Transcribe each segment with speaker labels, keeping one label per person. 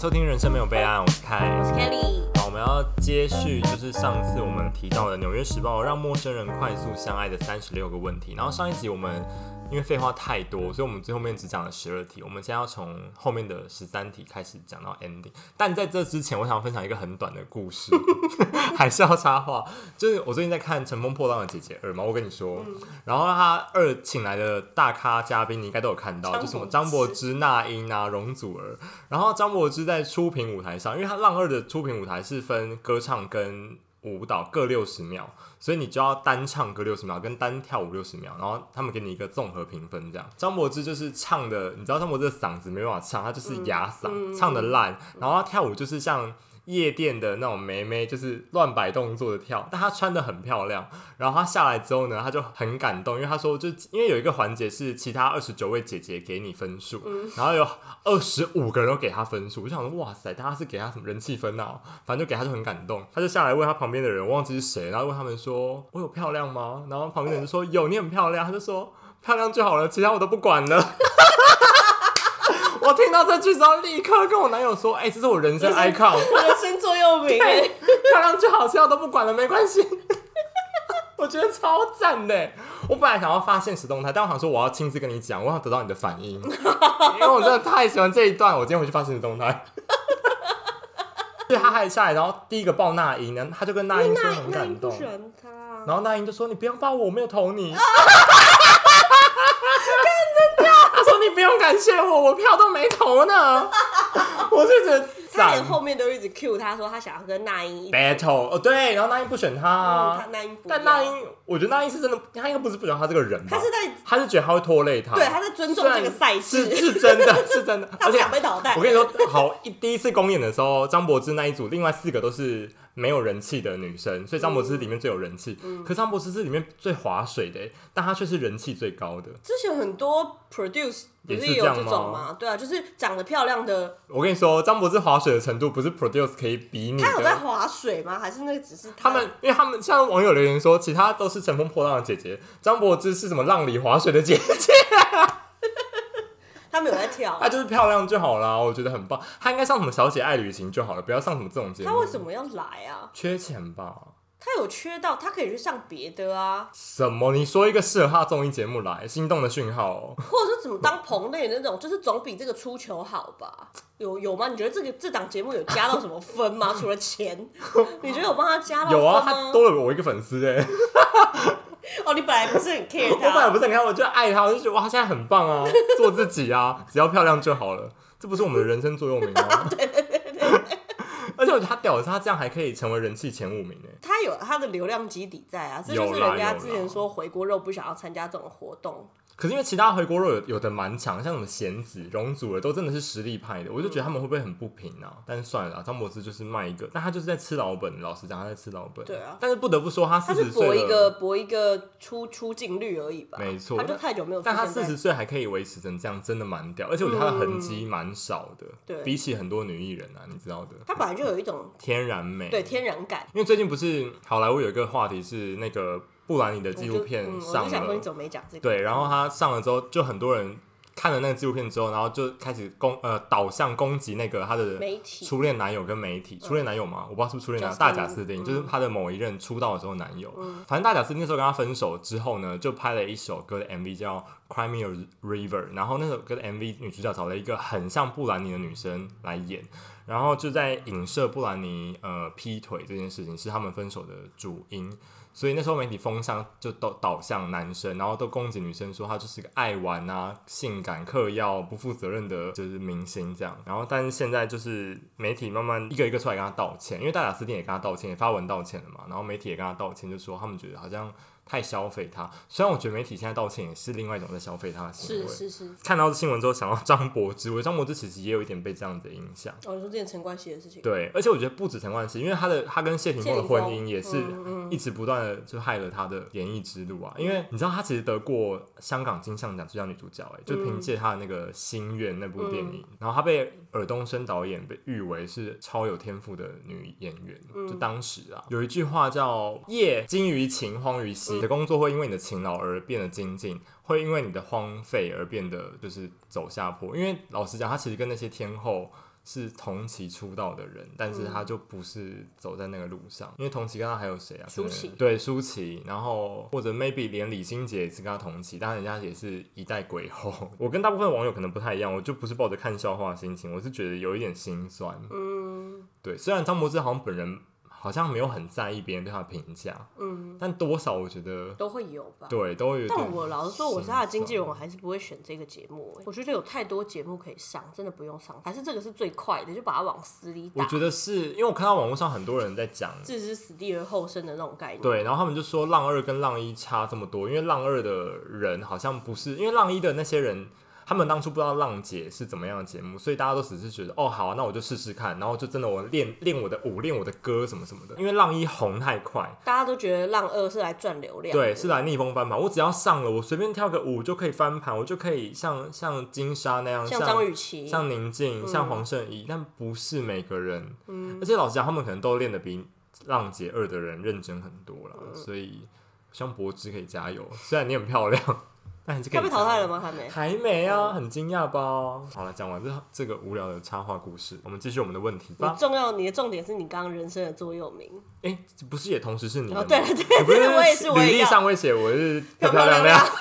Speaker 1: 收听《人生没有备案》，我是凯。
Speaker 2: 我是 Kelly。
Speaker 1: 好，我们要接续就是上次我们提到的《纽约时报》让陌生人快速相爱的三十六个问题。然后上一集我们因为废话太多，所以我们最后面只讲了十二题。我们现在要从后面的十三题开始讲到 ending。但在这之前，我想分享一个很短的故事， 还是要插话。就是我最近在看《乘风破浪的姐姐二》嘛，我跟你说，
Speaker 2: 嗯
Speaker 1: 然后他二请来的大咖嘉宾，你应该都有看到，
Speaker 2: 张
Speaker 1: 就什么
Speaker 2: 柏
Speaker 1: 张柏
Speaker 2: 芝
Speaker 1: 芝、那英啊、容祖儿，然后张柏芝在初评舞台上，因为他浪二的初评舞台是分歌唱跟舞蹈各六十秒，所以你就要单唱歌六十秒，跟单跳舞六十秒，然后他们给你一个综合评分。这样，张柏芝就是唱的，你知道张柏芝的嗓子没办法唱，她就是哑嗓，唱的烂，然后她跳舞就是像。夜店的那种妹妹，就是乱摆动作的跳，但她穿的很漂亮。然后她下来之后呢，她就很感动，因为她说就，因为有一个环节是其他二十九位姐姐给你分数，然后有二十五个人都给她分数，我就想说，哇塞，大家是给她什么人气分啊？反正就给她就很感动，她就下来问她旁边的人，我忘记是谁，然后问他们说，我有漂亮吗？然后旁边的人就说有，你很漂亮。她就说漂亮就好了，其他我都不管 了。我听到这句之后，立刻跟我男友说：“哎、 这是我人生 icon。”
Speaker 2: 我的星座又名哎，
Speaker 1: 漂亮就好，其他我都不管了，没关系。 我觉得超赞的，我本来想要发现实动态，但我想说我要亲自跟你讲，我想得到你的反应，因为我真的太喜欢这一段，我今天回去发现实动态。对，他还下来，然后第一个抱那英，然后他就跟那英说很
Speaker 2: 那英
Speaker 1: 感
Speaker 2: 不
Speaker 1: 动，
Speaker 2: 喜欢他，
Speaker 1: 然后那英就说：“你不要抱我，我没有投 你。”他说：“你不用感谢我，我票都没投呢。”我就觉得
Speaker 2: 他
Speaker 1: 赞
Speaker 2: 连后面都一直 cue 他说他想要跟那英一起，
Speaker 1: battle 哦，对，然后那英不选他
Speaker 2: 嗯
Speaker 1: 啊，
Speaker 2: 他那英不要，
Speaker 1: 但那英，我觉得那英是真的，他应该不是不喜欢他这个人吧？
Speaker 2: 他是在
Speaker 1: 他是觉得他会拖累他，
Speaker 2: 对他在尊重这个赛
Speaker 1: 虽然
Speaker 2: 事，
Speaker 1: 是是真的，是真的，
Speaker 2: 他
Speaker 1: 而
Speaker 2: 不
Speaker 1: 且
Speaker 2: 想被淘汰
Speaker 1: 我。跟你说，好，一第一次公演的时候，张柏芝那一组，另外四个都是没有人气的女生，所以张柏芝是里面最有人气，
Speaker 2: 嗯
Speaker 1: 可张柏芝是里面最划水的，但她却是人气最高的。
Speaker 2: 之前很多 produce 不
Speaker 1: 也是
Speaker 2: 是也有
Speaker 1: 这样
Speaker 2: 这种吗？对啊，就是长得漂亮的，
Speaker 1: 我跟你说，张柏芝划水的程度不是 Produce 可以比拟的。
Speaker 2: 他有在划水吗？还是那只是
Speaker 1: 嗯他们，因为他们像网友留言说，其他都是乘风破浪的姐姐，张柏芝是什么浪里划水的姐姐。
Speaker 2: 他们有在跳
Speaker 1: 她？啊就是漂亮就好啦，我觉得很棒。她应该上什么《小姐爱旅行》就好了，不要上什么这种节目。
Speaker 2: 他为什么要来啊？
Speaker 1: 缺钱吧？
Speaker 2: 他有缺到，他可以去上别的啊，
Speaker 1: 什么？你说一个适合她的综艺节目来，《心动的讯号》哦。
Speaker 2: 或者是怎么当棚内那种，就是总比这个出球好吧？有有吗？你觉得这个这档节目有加到什么 分吗？除了钱，你觉得有帮他加到分
Speaker 1: 有
Speaker 2: 吗
Speaker 1: 啊，她多了我一个粉丝哎、
Speaker 2: 哦，你本来不是很 care
Speaker 1: 我本来
Speaker 2: 他，
Speaker 1: 不是很看，我就爱她，我就觉得哇，她现在很棒啊，做自己啊，只要漂亮就好了。这不是我们的人生座右铭吗？ 对对对对。而且我觉得她屌的是，她这样还可以成为人气前五名哎、
Speaker 2: 他有他的流量基底在啊，这就是
Speaker 1: 有啦
Speaker 2: 人家
Speaker 1: 有啦
Speaker 2: 之前说回锅肉不想要参加这种活动，
Speaker 1: 可是因为其他回锅肉有有的蛮强，像什么贤子、容祖儿都真的是实力派的，我就觉得他们会不会很不平啊？但是算了啦，张柏芝就是卖一个，但他就是在吃老本，老实讲他在吃老本。
Speaker 2: 对啊
Speaker 1: 但是不得不说他
Speaker 2: 他
Speaker 1: 四
Speaker 2: 是
Speaker 1: 十
Speaker 2: 搏
Speaker 1: 岁
Speaker 2: 一
Speaker 1: 了，
Speaker 2: 个搏一个出出镜率而已吧，
Speaker 1: 没错
Speaker 2: 他就太久没有出
Speaker 1: 但
Speaker 2: 现
Speaker 1: 他
Speaker 2: 在，
Speaker 1: 四十岁还可以维持成这样，真的蛮屌。而且我觉得他的痕迹蛮少的，
Speaker 2: 嗯对
Speaker 1: 比起很多女艺人啊，你知道的，
Speaker 2: 他本来就有 一种
Speaker 1: 天然美。
Speaker 2: 对天然感。
Speaker 1: 因为最近不是好莱坞有一个话题是那个布兰妮的纪录片
Speaker 2: 我就嗯，我
Speaker 1: 上了
Speaker 2: 就想，说你怎么没讲这个？嗯
Speaker 1: 对，然后他上了之后，就很多人看了那个纪录片之后，然后就开始攻呃导向攻击那个他的
Speaker 2: 媒体嗯
Speaker 1: 初恋男友跟媒体，初恋男友嘛，我不知道是不是初恋男友，
Speaker 2: Justin
Speaker 1: 大贾斯
Speaker 2: 嗯
Speaker 1: 汀，就是他的某一任出道的时候男友。反正大贾斯汀那时候跟他分手之后呢，就拍了一首歌的 MV 叫《Cry Me a River》，然后那首歌的 MV 女主角找了一个很像布兰妮的女生来演。然后就在影射布兰妮呃劈腿这件事情是他们分手的主因，所以那时候媒体风向就都导向男生，然后都攻击女生说她就是个爱玩啊、性感、嗑药、不负责任的，就是明星这样。然后但是现在就是媒体慢慢一个一个出来跟她道歉，因为大贾斯汀也跟她道歉，也发文道歉了嘛，然后媒体也跟她道歉，就说他们觉得好像。太消费她。虽然我觉得媒体现在道歉也是另外一种在消费她的行为。
Speaker 2: 是是是，
Speaker 1: 看到新闻之后，想到张柏芝，我觉得张柏芝其实也有一点被这样子影响。
Speaker 2: 哦，你说之前陈冠希的事情，
Speaker 1: 对，而且我觉得不止陈冠希，因为他的他跟谢霆锋的
Speaker 2: 谢霆锋嗯
Speaker 1: 婚姻也是一直不断的就害了他的演艺之路啊。因为你知道他其实得过香港金像奖最佳女主角、欸，就
Speaker 2: 嗯
Speaker 1: 凭借他的那个《心愿》那部电影，然后他被尔冬升导演被誉为是超有天赋的女演员。
Speaker 2: 嗯
Speaker 1: 就当时啊，有一句话叫“业精于勤，荒于
Speaker 2: 嗯
Speaker 1: 嬉”，你的工作会因为你的勤劳而变得精进。会因为你的荒废而变得就是走下坡，因为老实讲，他其实跟那些天后是同期出道的人，但是
Speaker 2: 嗯
Speaker 1: 他就不是走在那个路上，因为同期跟他还有谁啊？
Speaker 2: 舒淇
Speaker 1: 可能对舒淇，然后或者 maybe 连李心洁也是跟他同期，但人家也是一代鬼后。 我跟大部分网友可能不太一样，我就不是抱着看笑话的心情，我是觉得有一点心酸。
Speaker 2: 嗯
Speaker 1: 对，虽然张柏芝好像本人好像没有很在意别人对他的评价，
Speaker 2: 嗯，
Speaker 1: 但多少我觉得
Speaker 2: 都会有吧。
Speaker 1: 对啊都有。
Speaker 2: 但我老实说，我是他的经纪人，我，还是不会选这个节目、欸我觉得有太多节目可以上，真的不用上。还是这个是最快的，就把它往死里
Speaker 1: 我
Speaker 2: 打，
Speaker 1: 觉得是因为我看到网络上很多人在讲，
Speaker 2: 置之死地而后生的那种概念。，
Speaker 1: 对，然后他们就说浪二跟浪一差这么多，因为浪二的人好像不是，因为浪一的那些人。他们当初不知道浪姐是怎么样的节目，所以大家都只是觉得哦好、啊，那我就试试看，然后就真的我练练我的舞，练我的歌什么什么的。因为浪一红太快，
Speaker 2: 大家都觉得浪二是来赚流量，
Speaker 1: 对，是。来逆风翻盘。我只要上了，我随便跳个舞就可以翻盘，我就可以像像金莎那样，
Speaker 2: 像张雨绮，
Speaker 1: 像宁
Speaker 2: 嗯
Speaker 1: 静、像黄圣依，但不是每个人。而且老实讲，他们可能都练得比浪姐二的人认真很多了，
Speaker 2: 嗯
Speaker 1: 所以希望柏芝可以加油。虽然你很漂亮，但还是可以
Speaker 2: 他被淘汰了
Speaker 1: 吗？
Speaker 2: 吗？还没。
Speaker 1: 还没啊，很惊讶吧？好了，讲完这这个无聊的插画故事，我们继续我们的问题
Speaker 2: 你
Speaker 1: 吧。
Speaker 2: 重要，你的重点是你刚刚人生的座右铭。
Speaker 1: 哎、这不是也同时是你的吗？
Speaker 2: 嗯哦，对了对
Speaker 1: 你
Speaker 2: 了，
Speaker 1: 不
Speaker 2: 对了我也是，我
Speaker 1: 履
Speaker 2: 也
Speaker 1: 历
Speaker 2: 要
Speaker 1: 上会写我是漂漂
Speaker 2: 漂漂
Speaker 1: 亮
Speaker 2: 亮
Speaker 1: 亮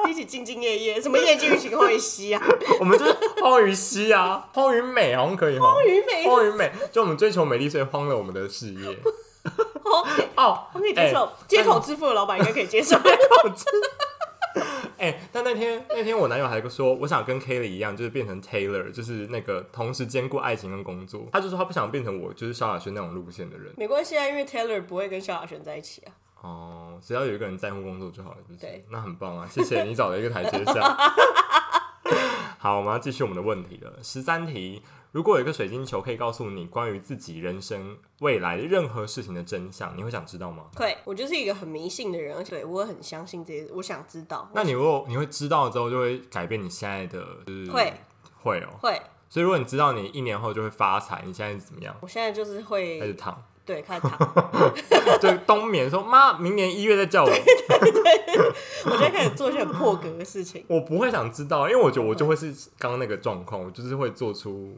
Speaker 2: 亮，一起兢兢业业，什么业绩情会息 啊，
Speaker 1: 我们就是荒于熙啊，荒于美好像可以哈，荒
Speaker 2: 于美
Speaker 1: 荒于美，就我们追求美丽，所以荒了我们的事 业。
Speaker 2: 哦，
Speaker 1: 哦，
Speaker 2: 我可以接受，街口支付的老板应该可以 接受。
Speaker 1: 哎、但那天那天我男友还说，我想跟 Kelly 一样，就是变成 Taylor，就是那个同时兼顾爱情跟工作。他就说他不想变成我，就是萧亚轩那种路线的人。
Speaker 2: 没关系啊，因为 Taylor 不会跟萧亚轩在一起啊。
Speaker 1: 哦，只要有一个人在乎工作就好了，就是
Speaker 2: 对
Speaker 1: 那很棒啊！谢谢你找了一个台阶下。 好，我们要继续我们的问题了。十三题，如果有一个水晶球可以告诉你关于自己人生未来任何事情的真相，你会想知道吗？
Speaker 2: 对，我就是一个很迷信的人，而且对我也很相信这些，我想知道。
Speaker 1: 那你如果你会知道之后，就会改变你现在的，就是
Speaker 2: 会
Speaker 1: 会哦。
Speaker 2: 会，
Speaker 1: 所以如果你知道你一年后就会发财，你现在是怎么样？
Speaker 2: 我现在就是
Speaker 1: 开始
Speaker 2: 会
Speaker 1: 躺，
Speaker 2: 对开始躺，
Speaker 1: 就冬眠说妈，明年一月再叫我。
Speaker 2: 我现在开始做一些很破格的事 情。
Speaker 1: 我不会想知道，因为我觉得我就会是刚刚那个状况，我就是会做出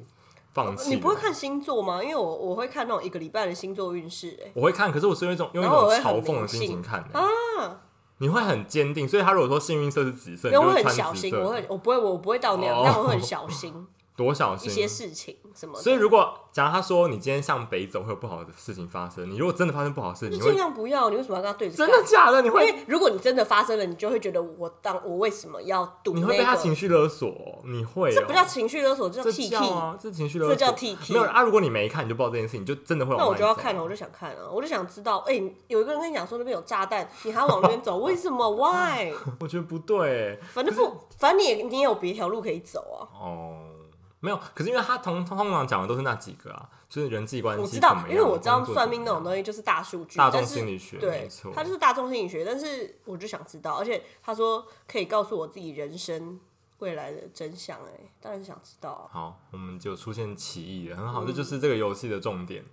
Speaker 1: 放弃。
Speaker 2: 哦你不会？看星座吗？因为我我会看那种一个礼拜的星座运势、欸，
Speaker 1: 我会看，可是我是用一种用一
Speaker 2: 然后
Speaker 1: 种
Speaker 2: 我会
Speaker 1: 嘲
Speaker 2: 很
Speaker 1: 讽的
Speaker 2: 迷
Speaker 1: 心
Speaker 2: 信
Speaker 1: 情看的、
Speaker 2: 啊，
Speaker 1: 你会很坚定，所以他如果说幸运色是紫色，你
Speaker 2: 然
Speaker 1: 就
Speaker 2: 后我
Speaker 1: 会
Speaker 2: 很
Speaker 1: 穿
Speaker 2: 小
Speaker 1: 紫
Speaker 2: 心，我
Speaker 1: 色，
Speaker 2: 会我不会我不会到那样，
Speaker 1: 哦
Speaker 2: 但我会很小 心
Speaker 1: 多小
Speaker 2: 一些
Speaker 1: 心。
Speaker 2: 事情什么
Speaker 1: 所以
Speaker 2: 的。
Speaker 1: 如果假如他说你今天向北走会有不好的事情发生，你如果真的发生不好的事，
Speaker 2: 就
Speaker 1: 你
Speaker 2: 尽
Speaker 1: 会
Speaker 2: 量不要，你为什么要跟他对着
Speaker 1: 真
Speaker 2: 干？
Speaker 1: 的假的？你
Speaker 2: 啊因
Speaker 1: 会
Speaker 2: 为如果你真的发生了，你就会觉得我当我为什么要赌
Speaker 1: 你
Speaker 2: 那
Speaker 1: 会被他情
Speaker 2: 个？
Speaker 1: 绪勒索哦，你会、哦、
Speaker 2: 这不叫情绪勒索，这叫
Speaker 1: 这
Speaker 2: T
Speaker 1: 叫
Speaker 2: T。
Speaker 1: 啊，这情绪勒索，
Speaker 2: 哦这叫 TT
Speaker 1: 没有啊，如果你没看，你就不知道这件事情，你就真的会往
Speaker 2: 那我就要
Speaker 1: 外走
Speaker 2: 看了，我就想看了，我就想知道，哎、有一个人跟你讲说那边有炸弹，你还要往那边走，为什么？Why？
Speaker 1: 我觉得不对
Speaker 2: 反正不，反正你也你也有别条路可以走啊。
Speaker 1: 哦，没有。可是因为他通通常讲的都是那几个啊，就是人际关系
Speaker 2: 我知
Speaker 1: 怎么样，
Speaker 2: 道，因为我知道
Speaker 1: 工作
Speaker 2: 算
Speaker 1: 怎么
Speaker 2: 命那种
Speaker 1: 样
Speaker 2: 东西就是大数据，
Speaker 1: 大众
Speaker 2: 但是
Speaker 1: 心理学没
Speaker 2: 对
Speaker 1: 错，
Speaker 2: 它就是大众心理学。但是我就想知道，而且他说可以告诉我自己人生未来的真相、哎，当然想知道啊。
Speaker 1: 好，我们就出现歧义了，很好，这
Speaker 2: 嗯
Speaker 1: 就是这个游戏的重点。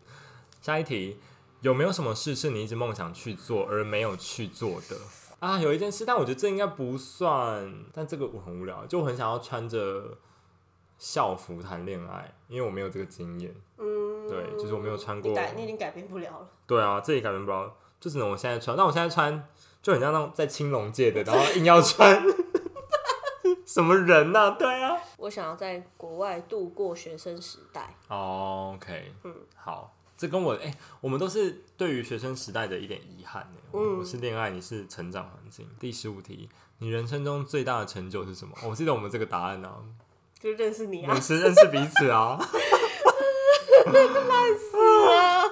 Speaker 1: 下一题，有没有什么事是你一直梦想去做而没有去做的？啊，有一件事，但我觉得这应该不算，但这个我很无聊，就我很想要穿着校服谈恋爱，因为我没有这个经验。
Speaker 2: 嗯，
Speaker 1: 对，就是我没有穿过
Speaker 2: 你，改，你已经改变不了了。
Speaker 1: 对啊，这里改变不了，就只能我现在穿，但我现在穿就很像那种在青龙界的，然后硬要穿， 什么人呐、对啊，
Speaker 2: 我想要在国外度过学生时代，
Speaker 1: 哦、o k
Speaker 2: 嗯
Speaker 1: 好，这跟我哎、我们都是对于学生时代的一点遗憾呢。我
Speaker 2: 嗯
Speaker 1: 我是恋爱，你是成长环境。第十五题，你人生中最大的成就是什么？哦我记得我们这个答案呢、啊，
Speaker 2: 就认识你
Speaker 1: 我
Speaker 2: 啊
Speaker 1: 们。是认识彼此 啊。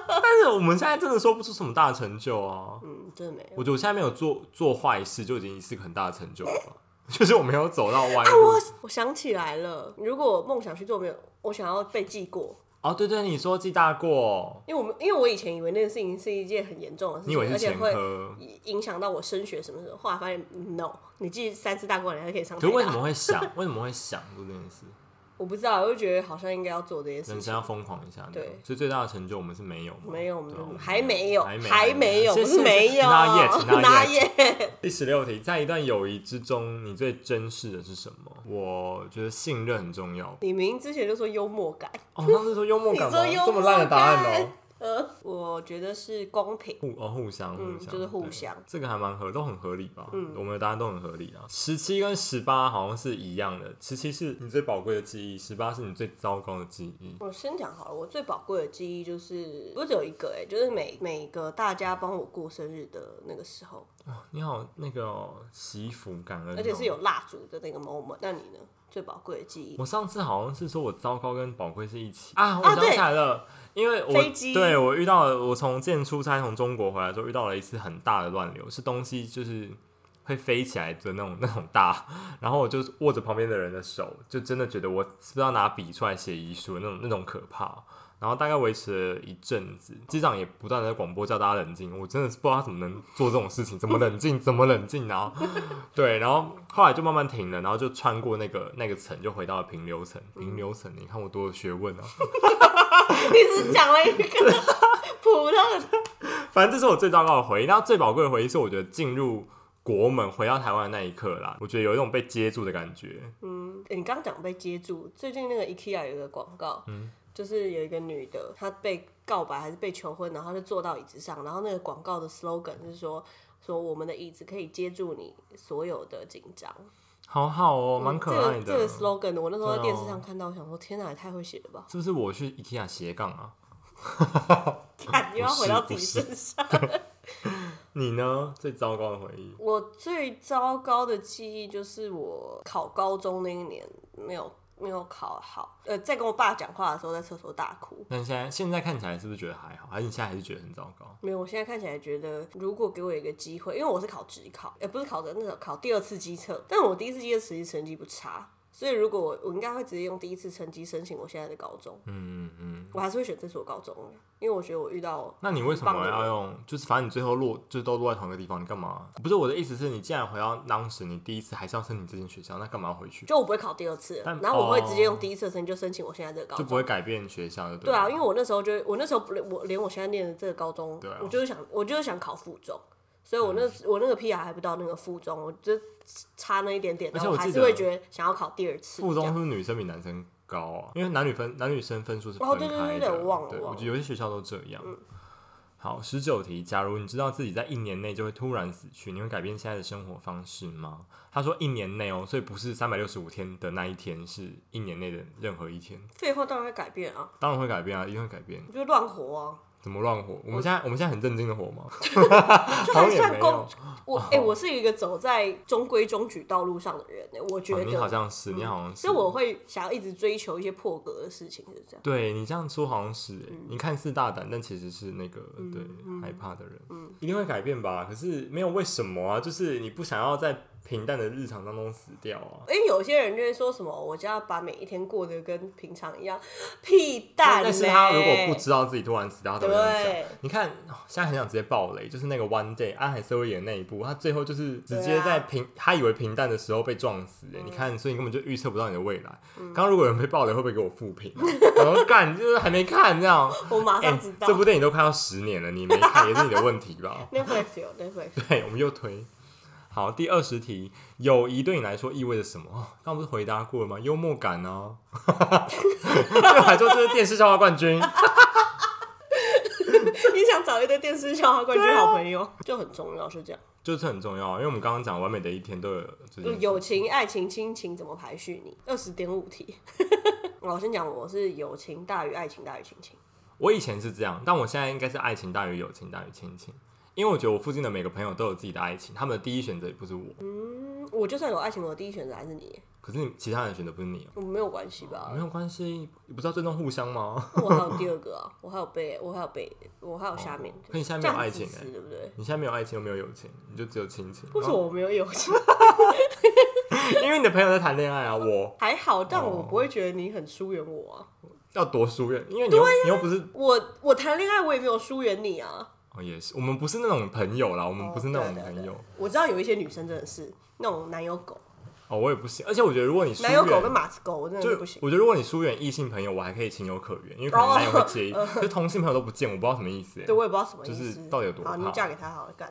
Speaker 1: 但是我们现在真的说不出什么大的成就啊。
Speaker 2: 嗯，真的没有。
Speaker 1: 我觉得我现在没有做做坏事，就已经是个很大的成就了吧。 就是我没有走到歪
Speaker 2: 啊，
Speaker 1: 路。
Speaker 2: 我我想起来了，如果梦想去做没有，我想要被记过，
Speaker 1: 哦，对对，你说记大过，
Speaker 2: 因为我们因为我以前以为那个事情是一件很严重的事情，
Speaker 1: 你以为是
Speaker 2: 而且
Speaker 1: 前
Speaker 2: 会
Speaker 1: 科，
Speaker 2: 影响到我升学什么什么，后来发现 no，你记三次大过，你还可以上
Speaker 1: 可
Speaker 2: 台
Speaker 1: 是为什
Speaker 2: 大
Speaker 1: 么会想？为什么会想做这件事？
Speaker 2: 我我不知道，我就觉得好像应该要做这些事
Speaker 1: 人
Speaker 2: 情。
Speaker 1: 生要疯狂一下，
Speaker 2: 对
Speaker 1: 所以最大的成就我们是没有嘛，
Speaker 2: 没有，我
Speaker 1: 对啊我
Speaker 2: 们
Speaker 1: 们
Speaker 2: 还没有，
Speaker 1: 还没
Speaker 2: 还没有，
Speaker 1: 是
Speaker 2: 不是
Speaker 1: 是
Speaker 2: 没有，
Speaker 1: ，not yet，not
Speaker 2: Not
Speaker 1: yet
Speaker 2: yet
Speaker 1: 第十六题，在一段友谊之中，你最珍视的是什么？我觉得信任很重要。
Speaker 2: 你明明之前就说幽默感，
Speaker 1: 哦，当时说幽默感吗？
Speaker 2: 你说幽
Speaker 1: 这
Speaker 2: 默感
Speaker 1: 么烂的答案哦。
Speaker 2: 呃，我觉得是公平。
Speaker 1: 互哦互相，
Speaker 2: 嗯
Speaker 1: 互相
Speaker 2: 就是互
Speaker 1: 对
Speaker 2: 相
Speaker 1: 这个还蛮合，都很合理吧？嗯，我们的答案都很合理啊。十七跟十八好像是一样的，十七是你最宝贵的记忆，十八是你最糟糕的记忆。
Speaker 2: 我先讲好了，我最宝贵的记忆就是不是只有一个哎、就是每每个大家帮我过生日的那个时候，
Speaker 1: 你好，那个哦、惜福感恩、哦
Speaker 2: 而且是有。蜡烛的那个 moment。那你呢？最宝贵的记忆？
Speaker 1: 我上次好像是说我糟糕跟宝贵是一起啊，我
Speaker 2: 啊
Speaker 1: 想起来了，因为我
Speaker 2: 飞机
Speaker 1: 对我遇到了，我从之前出差从中国回来的时候遇到了一次很大的乱流，是东西就是会飞起来的那种那种大，然后我就握着旁边的人的手，就真的觉得我是不是要拿笔出来写遗书的那种那种可怕。然后大概维持了一阵子，机长也不断的在广播叫大家冷静，我真的是不知道他怎么能做这种事情，怎么冷静，怎么冷静啊？ 对，然后后来就慢慢停了，然后就穿过那个那个层，就回到了平流层。平流层，你看我多有学问啊！
Speaker 2: 你只讲了一个 普通的，
Speaker 1: 反正这是我最糟糕的回忆。那最宝贵的回忆是，我觉得进入国门回到台湾的那一刻啦，我觉得有一种被接住的感觉。
Speaker 2: 嗯，欸你刚讲被接住，最近那个 IKEA 有一个广告，就是有一个女的，她被告白还是被求婚，然后她就坐到椅子上，然后那个广告的 slogan 是说说我们的椅子可以接住你所有的紧张。
Speaker 1: 好好哦，蛮可爱
Speaker 2: 嗯这
Speaker 1: 的。
Speaker 2: 个这个 slogan 我那时候在
Speaker 1: 对啊
Speaker 2: 电视上看到，我想说天哪，也太会写了 吧！
Speaker 1: 是不是我去 IKEA 斜杠啊？
Speaker 2: 看又要回到自己身上。
Speaker 1: 你呢？最糟糕的回忆？
Speaker 2: 我最糟糕的记忆就是我考高中那一年没有没有考好，呃，在跟我爸讲话的时候在厕所大哭。
Speaker 1: 那你现在现在看起来是不是觉得还好？还是你现在还是觉得很糟糕？
Speaker 2: 没有，我现在看起来觉得，如果给我一个机会，因为我是考职考，呃，不是考的那种考第二次机测，但我第一次机测实际成绩不差，所以如果我我应该会直接用第一次成绩申请我现在的高中，
Speaker 1: 嗯嗯嗯。
Speaker 2: 我还是会选这所高中，因为我觉得我遇到
Speaker 1: 那你为什
Speaker 2: 很棒
Speaker 1: 么
Speaker 2: 的人
Speaker 1: 要用？就是反正你最后落，就都落在同一个地方，你干嘛？不是我的意思是你既然回到当时，你第一次还是要申请这间学校，那干嘛回去？
Speaker 2: 就我不会考第二次了
Speaker 1: 但
Speaker 2: 然后我会
Speaker 1: 哦
Speaker 2: 直接用第一次的成绩就申请我现在这个高
Speaker 1: 就
Speaker 2: 中。
Speaker 1: 不会改变学校的，对
Speaker 2: 对
Speaker 1: 吧
Speaker 2: 啊，因为我那时候就我那时候不我连我现在念的这个高中，
Speaker 1: 对啊嗯
Speaker 2: 我就是想我就是想考附中，所以我那、我那个 PR 还不到那个附中，我就差那一点点，
Speaker 1: 而
Speaker 2: 然
Speaker 1: 且
Speaker 2: 后
Speaker 1: 我
Speaker 2: 还
Speaker 1: 记
Speaker 2: 是
Speaker 1: 得
Speaker 2: 会觉得想要考第二次。
Speaker 1: 附中
Speaker 2: 这
Speaker 1: 是
Speaker 2: 样
Speaker 1: 不是女生比男生高啊？因为男女分男女生分数是分
Speaker 2: 哦
Speaker 1: 开的。
Speaker 2: 对对对对我忘了
Speaker 1: 对
Speaker 2: 我忘了嗯
Speaker 1: 觉得有些学校都这样。好，十九题，假如你知道自己在一年内就会突然死去，你会改变现在的生活方式吗？他说一年内哦，所以不是三百六十五天的那一天，是一年内的任何一天。
Speaker 2: 废话当然会改变啊，
Speaker 1: 当然会改变啊，一定会改变。
Speaker 2: 我就乱活啊，
Speaker 1: 怎么乱活？我们现在我们现在很正经的活吗？ 好
Speaker 2: 就还
Speaker 1: 像也没
Speaker 2: 算
Speaker 1: 有
Speaker 2: 公。。 我哎、我是一个走在中规中矩道路上的人呢、我觉
Speaker 1: 哦你
Speaker 2: 得，
Speaker 1: 好像是，你好像是。
Speaker 2: 所以我会想要一直追求一些破格的事情，就是这样。
Speaker 1: 对你这样说好像是、
Speaker 2: 嗯
Speaker 1: 欸，你看似大胆，但其实是那个对、害怕的人，
Speaker 2: 嗯
Speaker 1: 一定会改变吧？可是没有为什么啊，就是你不想要在平淡的日常当中死掉啊。
Speaker 2: 因为有些人就会说什么，我就要把每一天过得跟平常一样，屁
Speaker 1: 但
Speaker 2: 蛋、嘞！
Speaker 1: 哦但是他如果不知道自己突然死掉，他怎么能
Speaker 2: 对
Speaker 1: 讲？你看、哦现在很想直接爆雷，就是那个 One Day 安海瑟薇演那一部，他最后就是直
Speaker 2: 对
Speaker 1: 接
Speaker 2: 啊嗯
Speaker 1: 在平、他以为平淡的时候被撞死、欸。你看，所以你根本就预测不到你的未来。刚刚、如果有人被爆雷，会不会给我复评、啊？ 然后干，就是还没看这样。
Speaker 2: 我马
Speaker 1: 哎、
Speaker 2: 上啊知道。
Speaker 1: 这部电影都快要十年了，你没看也是你的问题 吧？
Speaker 2: Netflix 有 Netflix，
Speaker 1: 对，我们又推。好，第二十题，友谊对你来说意味着什么？哦刚、不是回答过了吗？幽默感 呢、对我来说，这是电视笑话冠军。
Speaker 2: 你想找一堆电视笑话冠军
Speaker 1: 啊
Speaker 2: 好朋友，就很重要，是这样。
Speaker 1: 就是很重要，啊因为我们刚刚讲完美的一天都有这件事
Speaker 2: 友情、爱情、亲情怎么排序你？二十点五题。 我先讲，我是友情大于爱情大于亲情。
Speaker 1: 我以前是这样，但我现在应该是爱情大于友情大于亲情，因为我觉得我附近的每个朋友都有自己的爱情，他们的第一选择也不是我，
Speaker 2: 嗯，我就算有爱情，我的第一选择还是你，
Speaker 1: 可是你其他人的选择不是你、
Speaker 2: 我没有关系吧
Speaker 1: 哦，？没有关系，不是要尊重互相吗？
Speaker 2: 我还有第二个啊，我还有被，我还有被，我还有下面，
Speaker 1: 哦可你下面
Speaker 2: 这
Speaker 1: 有
Speaker 2: 样
Speaker 1: 爱
Speaker 2: 自
Speaker 1: 情
Speaker 2: 私
Speaker 1: 欸
Speaker 2: 对不对？
Speaker 1: 你现在没有爱情又没有友情，你就只有亲情。
Speaker 2: 为什么我没有友情？
Speaker 1: 因为你的朋友在谈恋爱啊，我
Speaker 2: 还好，但我
Speaker 1: 哦
Speaker 2: 不会觉得你很疏远我啊。
Speaker 1: 要多疏远，因为你又、你又不是
Speaker 2: 我我谈恋爱，我也没有疏远你啊。
Speaker 1: 哦，也是，我们不是那种朋友啦，我们
Speaker 2: 哦
Speaker 1: 不是那种
Speaker 2: 对对
Speaker 1: 朋友
Speaker 2: 对我知道有一些女生真的是那种男友狗，
Speaker 1: 哦，哦，我也不行。而且我觉得，如果你疏
Speaker 2: 男友狗跟
Speaker 1: 远，
Speaker 2: 马子狗，我真的
Speaker 1: 就是
Speaker 2: 不行。
Speaker 1: 我觉得如果你疏远异性朋友，我还可以情有可原，因为可能
Speaker 2: 哦
Speaker 1: 男友会 介意。可是同性朋友都不见，我不知道什么意思欸。
Speaker 2: 对，我也不知道什么意
Speaker 1: 就是
Speaker 2: 思。
Speaker 1: 到底有多
Speaker 2: 好，你
Speaker 1: 怕
Speaker 2: 嫁给他好了，干。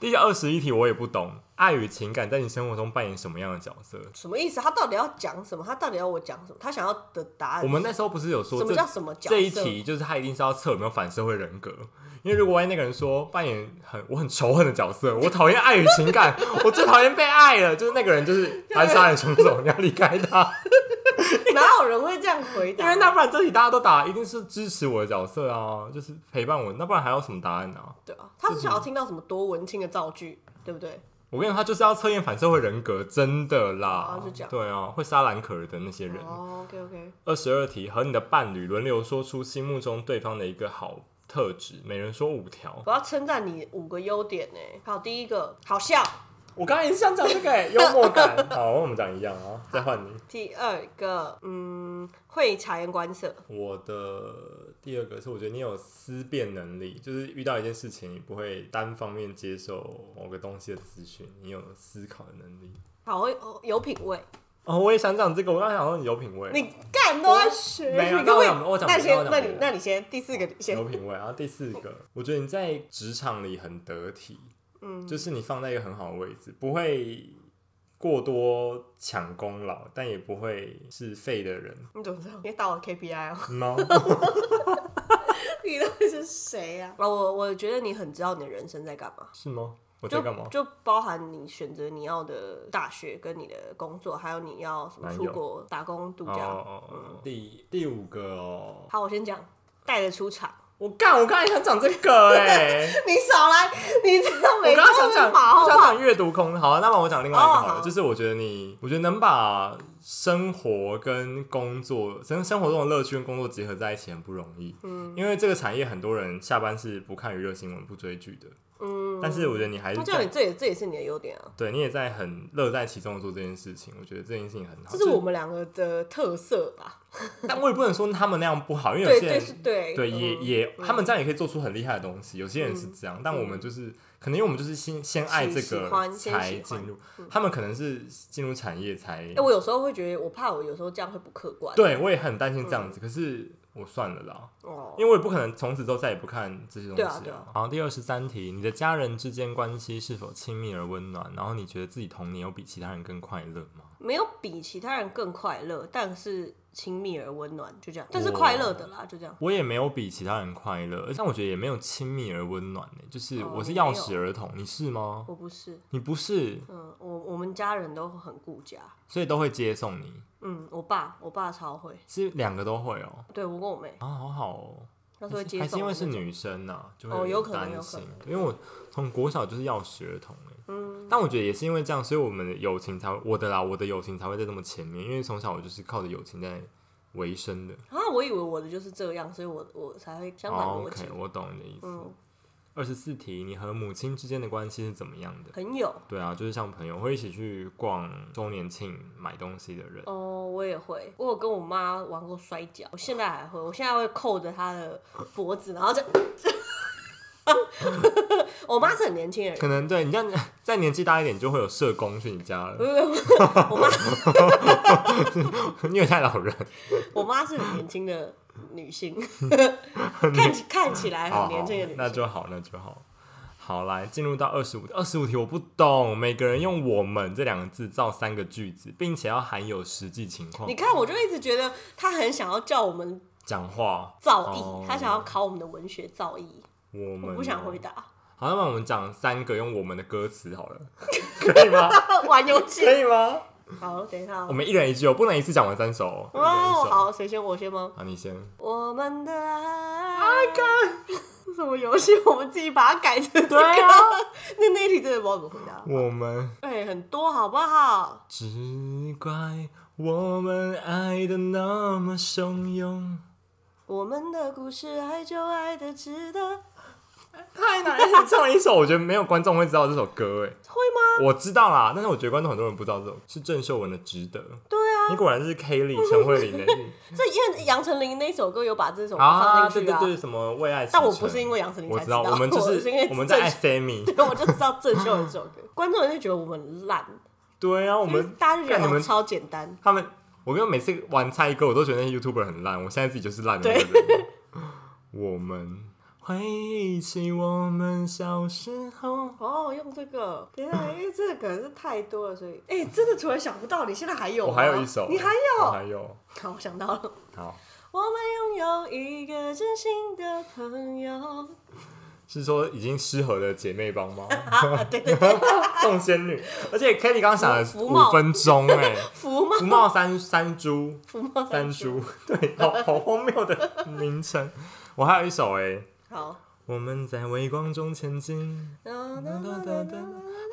Speaker 1: 第二十一题我也不懂，爱与情感在你生活中扮演什么样的角色？
Speaker 2: 什么意思？他到底要讲什么？他到底要我讲什么？他想要的答案是什
Speaker 1: 我
Speaker 2: 么。
Speaker 1: 们那时候不是有说
Speaker 2: 什么
Speaker 1: 这
Speaker 2: 叫什么角色？
Speaker 1: 这一题就是他一定是要测有没有反社会人格，因为如果万一那个人说扮演很我很仇恨的角色，我讨厌爱与情感，我最讨厌被爱了，就是那个人就是他是杀人凶手，你要离开他，
Speaker 2: 哪有人会这样回
Speaker 1: 因
Speaker 2: 答？
Speaker 1: 为那不然这题大家都打一定是支持我的角色啊，就是陪伴我，那不然还有什么答案呢、啊？
Speaker 2: 对啊，他是想要听到什么多文青的造句，对不对？
Speaker 1: 我跟你讲，他就是要测验反社会人格，真的啦
Speaker 2: 啊是这，样
Speaker 1: 对啊，会杀蓝可儿的那些人。
Speaker 2: 哦，OK OK，
Speaker 1: 二十二题和你的伴侣轮流说出心目中对方的一个好特质，每人说五条。
Speaker 2: 我要称赞你五个优点呢。好，第一个好笑，
Speaker 1: 我刚才也是想讲这个、欸 幽默感。好，我们讲一样啊，再换你。
Speaker 2: 第二个嗯会察言观色，
Speaker 1: 我的第二个是，我觉得你有思辨能力，就是遇到一件事情，你不会单方面接受某个东西的资讯，你有思考的能力。
Speaker 2: 好会有品味。
Speaker 1: 哦，我也想讲这个，我刚才想说你有品味，
Speaker 2: 你干都在学，
Speaker 1: 没有
Speaker 2: 你跟
Speaker 1: 那我讲我讲
Speaker 2: 那
Speaker 1: 别的
Speaker 2: 先
Speaker 1: 我，讲
Speaker 2: 那
Speaker 1: 别
Speaker 2: 你
Speaker 1: 的
Speaker 2: 那你先第四个你先
Speaker 1: 有品味。然啊后第四个，我觉得你在职场里很得体，
Speaker 2: 嗯
Speaker 1: 就是你放在一个很好的位置，不会过多抢功劳，但也不会是废的人。
Speaker 2: 你怎么知道？你到了 KPI 哦。
Speaker 1: no?
Speaker 2: 你到底是谁 呀、啊？我我觉得你很知道你的人生在干嘛，
Speaker 1: 是吗？我在
Speaker 2: 就
Speaker 1: 干嘛？
Speaker 2: 就包含你选择你要的大学跟你的工作，还有你要什么
Speaker 1: 男
Speaker 2: 出
Speaker 1: 友
Speaker 2: 国打工度
Speaker 1: 哦
Speaker 2: 假。
Speaker 1: 哦哦，第第五个哦，
Speaker 2: 好，我先讲，带得出 场。
Speaker 1: 我干，我刚才想讲这 个哎、
Speaker 2: 你少来，你这样
Speaker 1: 我
Speaker 2: 没
Speaker 1: 刚刚想
Speaker 2: 办法
Speaker 1: 讲，
Speaker 2: 好
Speaker 1: 我
Speaker 2: 不
Speaker 1: 想
Speaker 2: 好？
Speaker 1: 讲阅读空。好、啊，那么我讲另外一个
Speaker 2: 哦
Speaker 1: 好了，
Speaker 2: 好
Speaker 1: 就是我觉得你，我觉得能把生活跟工作，生生活中的乐趣跟工作结合在一起很不容易。嗯，因为这个产业很多人下班是不看娱乐新闻、不追剧的。嗯，但是我觉得你还是
Speaker 2: 他叫你
Speaker 1: 在，
Speaker 2: 这也这也是你的优点啊，
Speaker 1: 对你也在很乐在其中的做这件事情。我觉得这件事情很好。
Speaker 2: 这是我们两个的特色吧？
Speaker 1: 就是，但我也不能说他们那样不好，因为有
Speaker 2: 对
Speaker 1: 些
Speaker 2: 对
Speaker 1: 人
Speaker 2: 是对
Speaker 1: 对，也
Speaker 2: 嗯
Speaker 1: 也，他们这样也可以做出很厉害的东西。有些人是这样，但我们就是可能因为我们就是先先爱这
Speaker 2: 喜
Speaker 1: 个
Speaker 2: 欢先
Speaker 1: 才
Speaker 2: 喜欢嗯
Speaker 1: 进入，他们可能是进入产业才
Speaker 2: 哎、。我有时候会觉得，我怕我有时候这样会不客观。
Speaker 1: 对，我也很担心这
Speaker 2: 嗯
Speaker 1: 样子，可是我算了啦，
Speaker 2: 哦，
Speaker 1: 因为我也不可能从此都再也不看这些东西
Speaker 2: 对啊对啊
Speaker 1: 然后第二十三题，你的家人之间关系是否亲密而温暖？然后你觉得自己童年有比其他人更快乐吗？
Speaker 2: 没有比其他人更快乐，但是亲密而温暖，就这样，但是快乐的啦，就这样。
Speaker 1: 我也没有比其他人快乐，而且我觉得也没有亲密而温暖呢、就是
Speaker 2: 哦
Speaker 1: 我是
Speaker 2: 你没
Speaker 1: 钥
Speaker 2: 有
Speaker 1: 匙儿童，你是吗？
Speaker 2: 我不是，
Speaker 1: 你不是，
Speaker 2: 嗯，我我们家人都很顾家，
Speaker 1: 所以都会接送你，
Speaker 2: 嗯，我爸我爸超会，
Speaker 1: 是两个都会哦、
Speaker 2: 对我跟我妹，
Speaker 1: 啊，好好哦、
Speaker 2: 他是会接送我那种，
Speaker 1: 还是因为是女生呐、就会
Speaker 2: 哦有可
Speaker 1: 点
Speaker 2: 能
Speaker 1: 担
Speaker 2: 有可
Speaker 1: 心
Speaker 2: 能。嗯
Speaker 1: 因为我从国小就是钥匙儿童哎、但我觉得也是因为这样，所以我们的友情才会我的啦，我的友情才会在这么前面，因为从小我就是靠着友情在为生的。
Speaker 2: 啊，我以为我的就是这样，所以我我才会相反
Speaker 1: 哦
Speaker 2: 逻辑
Speaker 1: OK，，我懂你的意思
Speaker 2: 嗯。
Speaker 1: 二十四题，你和母亲之间的关系是怎么样的？
Speaker 2: 朋友
Speaker 1: 对啊，就是像朋友会一起去逛周年庆买东西的人。
Speaker 2: 哦，我也会，我有跟我妈玩过摔跤，我现在还会，我现在会扣着她的脖子，然后就， 我妈是很年轻的人，
Speaker 1: 可能对你这样 再年纪大一点，就会有社工去你家了，
Speaker 2: 不是不是，
Speaker 1: 虐待老 人。
Speaker 2: 我妈是很年轻的女 性，看起看起来很年轻的女性，
Speaker 1: 那就哦好，那就好。好，来进入到二十五二十五题，我不懂，每个人用“我们”这两个字造三个句子，并且要含有实际情况
Speaker 2: 你看，我就一直觉得他很想要叫我们
Speaker 1: 讲话。
Speaker 2: 造诣，
Speaker 1: 哦
Speaker 2: 他想要考我们的文学造诣。
Speaker 1: 我们
Speaker 2: 我不想回。答，
Speaker 1: 好，那么我们讲三个用“我们”的歌词好了， 可以吗？
Speaker 2: 玩游戏。
Speaker 1: 可以吗？
Speaker 2: 好，等一下
Speaker 1: 我
Speaker 2: 哦。
Speaker 1: 们一人一句哦，不能一次讲完三首哦。一人一
Speaker 2: 哦，
Speaker 1: 首。
Speaker 2: 好，谁先？我先吗？
Speaker 1: 好，你先。
Speaker 2: 我们的
Speaker 1: 啊
Speaker 2: 爱。这什么游戏？我们自己把它改成这个。
Speaker 1: 对啊
Speaker 2: 那那一题真的不知道怎么回答。
Speaker 1: 我们
Speaker 2: 哎、很多好不好？
Speaker 1: 只怪我们爱的那么汹涌。
Speaker 2: 我们的故事，爱就爱的值得。太难了，
Speaker 1: 唱一首，我觉得没有观众会知道这首歌，哎，
Speaker 2: 会吗？
Speaker 1: 我知道啦，但是我觉得观众很多人不知道这首是郑秀文的《值得》。
Speaker 2: 对啊，
Speaker 1: 你果然是 K 里陈慧琳的
Speaker 2: 这因为杨丞琳那首歌有把这首歌
Speaker 1: 啊，
Speaker 2: 放
Speaker 1: 对
Speaker 2: 进去
Speaker 1: 对
Speaker 2: 啊。
Speaker 1: 对，什么为爱？
Speaker 2: 但我不是因为杨丞琳
Speaker 1: 我
Speaker 2: 才
Speaker 1: 知道，我们就
Speaker 2: 我
Speaker 1: 是
Speaker 2: 是因为
Speaker 1: 我们在爱
Speaker 2: 郑
Speaker 1: Sammy。
Speaker 2: 对，我就知道郑秀文这首歌，观众就觉得我们很烂，
Speaker 1: 对 啊，我
Speaker 2: 就是
Speaker 1: 们
Speaker 2: 大家就觉
Speaker 1: 看你
Speaker 2: 得我
Speaker 1: 们
Speaker 2: 们超简单。
Speaker 1: 他们，我跟每次玩猜歌，我都觉得那些 YouTuber 很烂，我现在自己就是烂的那个人。我们回忆起我们小时候，
Speaker 2: 哦，用这个，天啊，因为这个可能是太多了，所以，哎、真的突然想不到，你现在还有吗？
Speaker 1: 我还有一首，
Speaker 2: 你还
Speaker 1: 我
Speaker 2: 有？
Speaker 1: 还有，
Speaker 2: 好，我想到了，
Speaker 1: 好，
Speaker 2: 我们拥有一个真心的朋友。
Speaker 1: 是说已经失和的姐妹帮吗？
Speaker 2: 啊，对对对，
Speaker 1: 凤仙女，而且 k a t i e 刚刚想了
Speaker 2: 福
Speaker 1: 五
Speaker 2: 茂
Speaker 1: 分钟 哎、
Speaker 2: 福茂
Speaker 1: 福茂三三株
Speaker 2: 福茂
Speaker 1: 三株， 对，好好荒谬的名称。我还有一首哎、
Speaker 2: 好，
Speaker 1: 我们在微光中前进，
Speaker 2: 哒哒哒哒哒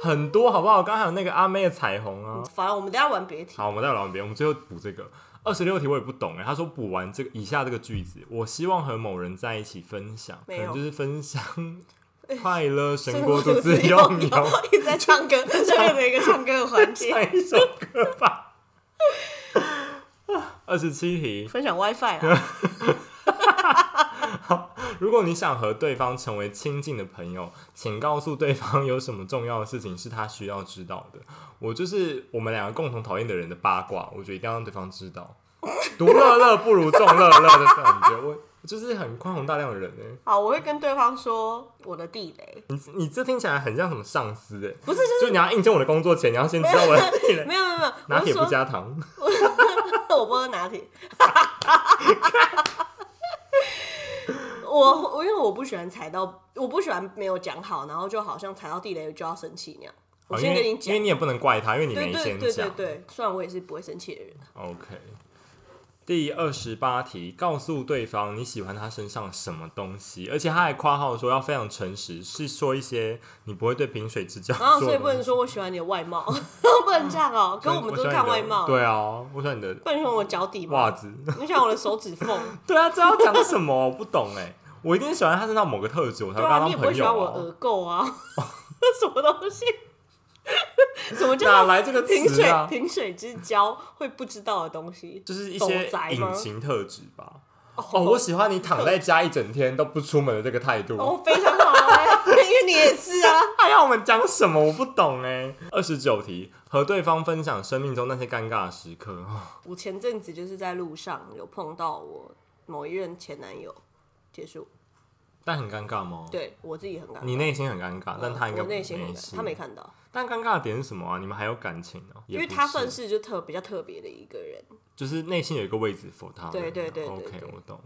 Speaker 1: 很多好不好？刚刚还有那个阿妹的彩虹啊。
Speaker 2: 反正我们等一下玩别题。
Speaker 1: 好，我们再玩别，我们最后补这个二十六题，我也不懂哎、他说补完这个以下这个句子，我希望和某人在一起分享，可
Speaker 2: 没有
Speaker 1: 能就是分 享快乐
Speaker 2: 这
Speaker 1: 胜
Speaker 2: 个
Speaker 1: 过
Speaker 2: 我
Speaker 1: 独自
Speaker 2: 有
Speaker 1: 拥有。
Speaker 2: 一直在 唱歌，这边有一个唱歌的环节。
Speaker 1: 唱一首歌吧。 二十七题，
Speaker 2: 分享 WiFi 啊，
Speaker 1: 如果你想和对方成为亲近的朋友，请告诉对方有什么重要的事情是他需要知道的。我就是我们两个共同讨厌的人的八卦，我觉得一定要让对方知道。独乐乐不如众乐乐的感觉， 我我就是很宽宏大量的人哎、
Speaker 2: 好，我会跟对方说我的地雷，
Speaker 1: 你你这听起来很像什么上司哎、
Speaker 2: 不是就
Speaker 1: 就你要应征我的工作前，你要先知道我的地
Speaker 2: 是
Speaker 1: 雷。
Speaker 2: 没有没有没有，
Speaker 1: 拿
Speaker 2: 我
Speaker 1: 铁
Speaker 2: 是
Speaker 1: 不
Speaker 2: 说
Speaker 1: 加糖，
Speaker 2: 我不喝拿铁。 我我因为我不喜欢踩到，我不喜欢没有讲好，然后就好像踩到地雷就要生气那样。我
Speaker 1: 好哦因
Speaker 2: 先跟
Speaker 1: 为
Speaker 2: 你
Speaker 1: 因
Speaker 2: 讲
Speaker 1: 为，你也不能怪他，因为你
Speaker 2: 对
Speaker 1: 没
Speaker 2: 对
Speaker 1: 先
Speaker 2: 对对
Speaker 1: 讲。
Speaker 2: 对，虽然我也是不会生气的人，
Speaker 1: OK，第二十八题，告诉对方你喜欢他身上什么东西，而且他还括号说要非常诚实，是说一些你不会对萍水之交
Speaker 2: 然
Speaker 1: 做
Speaker 2: 后哦所
Speaker 1: 的
Speaker 2: 以不
Speaker 1: 东西。
Speaker 2: 能说我喜欢你的外貌， 不能这样哦、可我们都是
Speaker 1: 喜欢
Speaker 2: 看
Speaker 1: 你的
Speaker 2: 外貌，
Speaker 1: 嗯对啊，我喜欢你的
Speaker 2: 不能说我脚底
Speaker 1: 袜
Speaker 2: 嘛，
Speaker 1: 子。
Speaker 2: 你想我的手指缝，
Speaker 1: 对啊，这要讲什么？我不懂哎、我一定喜欢他身上某个特质，我才会
Speaker 2: 对
Speaker 1: 跟他
Speaker 2: 啊，
Speaker 1: 当
Speaker 2: 你也不会
Speaker 1: 朋
Speaker 2: 喜
Speaker 1: 友、
Speaker 2: 欢我耳
Speaker 1: 啊。
Speaker 2: 垢啊，什么东西？ 什么
Speaker 1: 哪
Speaker 2: 叫
Speaker 1: 来这个
Speaker 2: 萍
Speaker 1: 词
Speaker 2: 水
Speaker 1: 啊？
Speaker 2: 萍水之交会不知道的东西？
Speaker 1: 就是一
Speaker 2: 狗
Speaker 1: 些
Speaker 2: 宅吗
Speaker 1: 隐形特质吧。哦，我喜欢你躺在家一整天都不出门的这个态度。
Speaker 2: 哦，非常好啊， 因为你也是啊。
Speaker 1: 他要我们讲什么？我不懂哎、二十九题，和对方分享生命中那些尴尬的时刻。 哦
Speaker 2: 我前阵子就是在路上有碰到我某一任前男友，结束，
Speaker 1: 但很尴尬吗？，
Speaker 2: 对我自己很尴尬。
Speaker 1: 你内心很尴尬，但他应该
Speaker 2: 我内心很
Speaker 1: 没
Speaker 2: 尴尬
Speaker 1: 事。
Speaker 2: 他没看到，
Speaker 1: 但尴尬的点是什么啊？你们还有感情哦、
Speaker 2: 因
Speaker 1: 也
Speaker 2: 为
Speaker 1: 不
Speaker 2: 他算
Speaker 1: 是
Speaker 2: 是就特比较特别的一个人。
Speaker 1: 就是内心有一个位置 for 他。啊
Speaker 2: 对对对对
Speaker 1: OK，
Speaker 2: 对
Speaker 1: 我懂。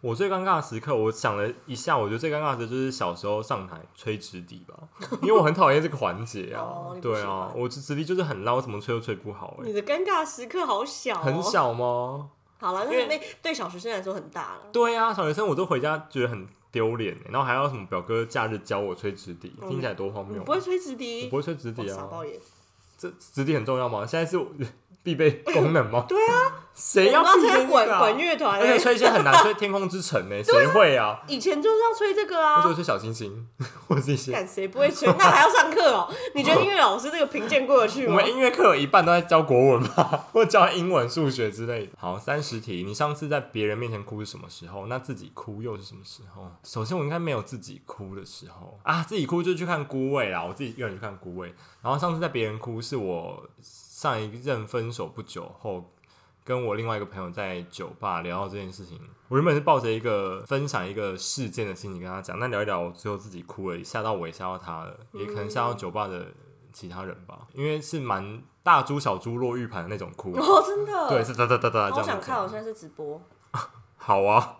Speaker 1: 我最尴尬的时刻，我想了一下，我觉得最尴尬的就是小时候上台吹直笛 吧，因为我很讨厌这个环节啊。
Speaker 2: 哦你不
Speaker 1: 对
Speaker 2: 喜
Speaker 1: 啊，
Speaker 2: 欢
Speaker 1: 我直直笛就是很烂，我怎么吹都吹不好哎、
Speaker 2: 你的尴尬时刻好小、哦，
Speaker 1: 很。小吗？
Speaker 2: 好了，
Speaker 1: 因为
Speaker 2: 那那对小学生来说很大了。
Speaker 1: 对啊，小学生我都回家觉得很丢脸欸，然后还要什么表哥假日教我吹直笛，
Speaker 2: 嗯
Speaker 1: 听起来多荒
Speaker 2: 你
Speaker 1: 谬啊。
Speaker 2: 不会吹直
Speaker 1: 我
Speaker 2: 笛
Speaker 1: 不，会吹直
Speaker 2: 哇
Speaker 1: 笛
Speaker 2: 傻
Speaker 1: 啊，
Speaker 2: 爆眼。
Speaker 1: 这直笛很重要吗？现在是我必备功能 吗？对啊，谁
Speaker 2: 我
Speaker 1: 要
Speaker 2: 们要
Speaker 1: 必备
Speaker 2: 参加管
Speaker 1: 这个啊
Speaker 2: 管乐团
Speaker 1: 而且
Speaker 2: 欸，
Speaker 1: 吹一些很 难，吹《天空之城》呢，谁会啊？
Speaker 2: 以前就是要吹这个
Speaker 1: 我只
Speaker 2: 啊
Speaker 1: 会。吹小星星， 或者一些。
Speaker 2: 干谁不会吹？那还要上课哦？你觉得音乐老师这个评鉴过得去
Speaker 1: 我
Speaker 2: 吗
Speaker 1: 们？音乐课有一半都在教国文吧， 或教英文、数学之类的。好，三十题，你上次在别人面前哭是什么时候？那自己哭又是什么时候？首先，我应该没有自己哭的时候啊，自己哭就去看孤味啦，我自己一个人去看孤味。然后上次在别人哭是我上一任分手不久后。跟我另外一个朋友在酒吧聊到这件事情，我原本是抱着一个分享一个事件的心情跟他讲，但聊一聊，我最后自己哭了，吓到我也吓到他了，也可能吓到酒吧的其他人吧，因为是蛮大猪小猪落玉盘的那种哭，
Speaker 2: 哦，真的。
Speaker 1: 对，是哒哒哒哒这样
Speaker 2: 好
Speaker 1: 子哦
Speaker 2: 想看，
Speaker 1: 讲。
Speaker 2: 我现在是直播，
Speaker 1: 好啊，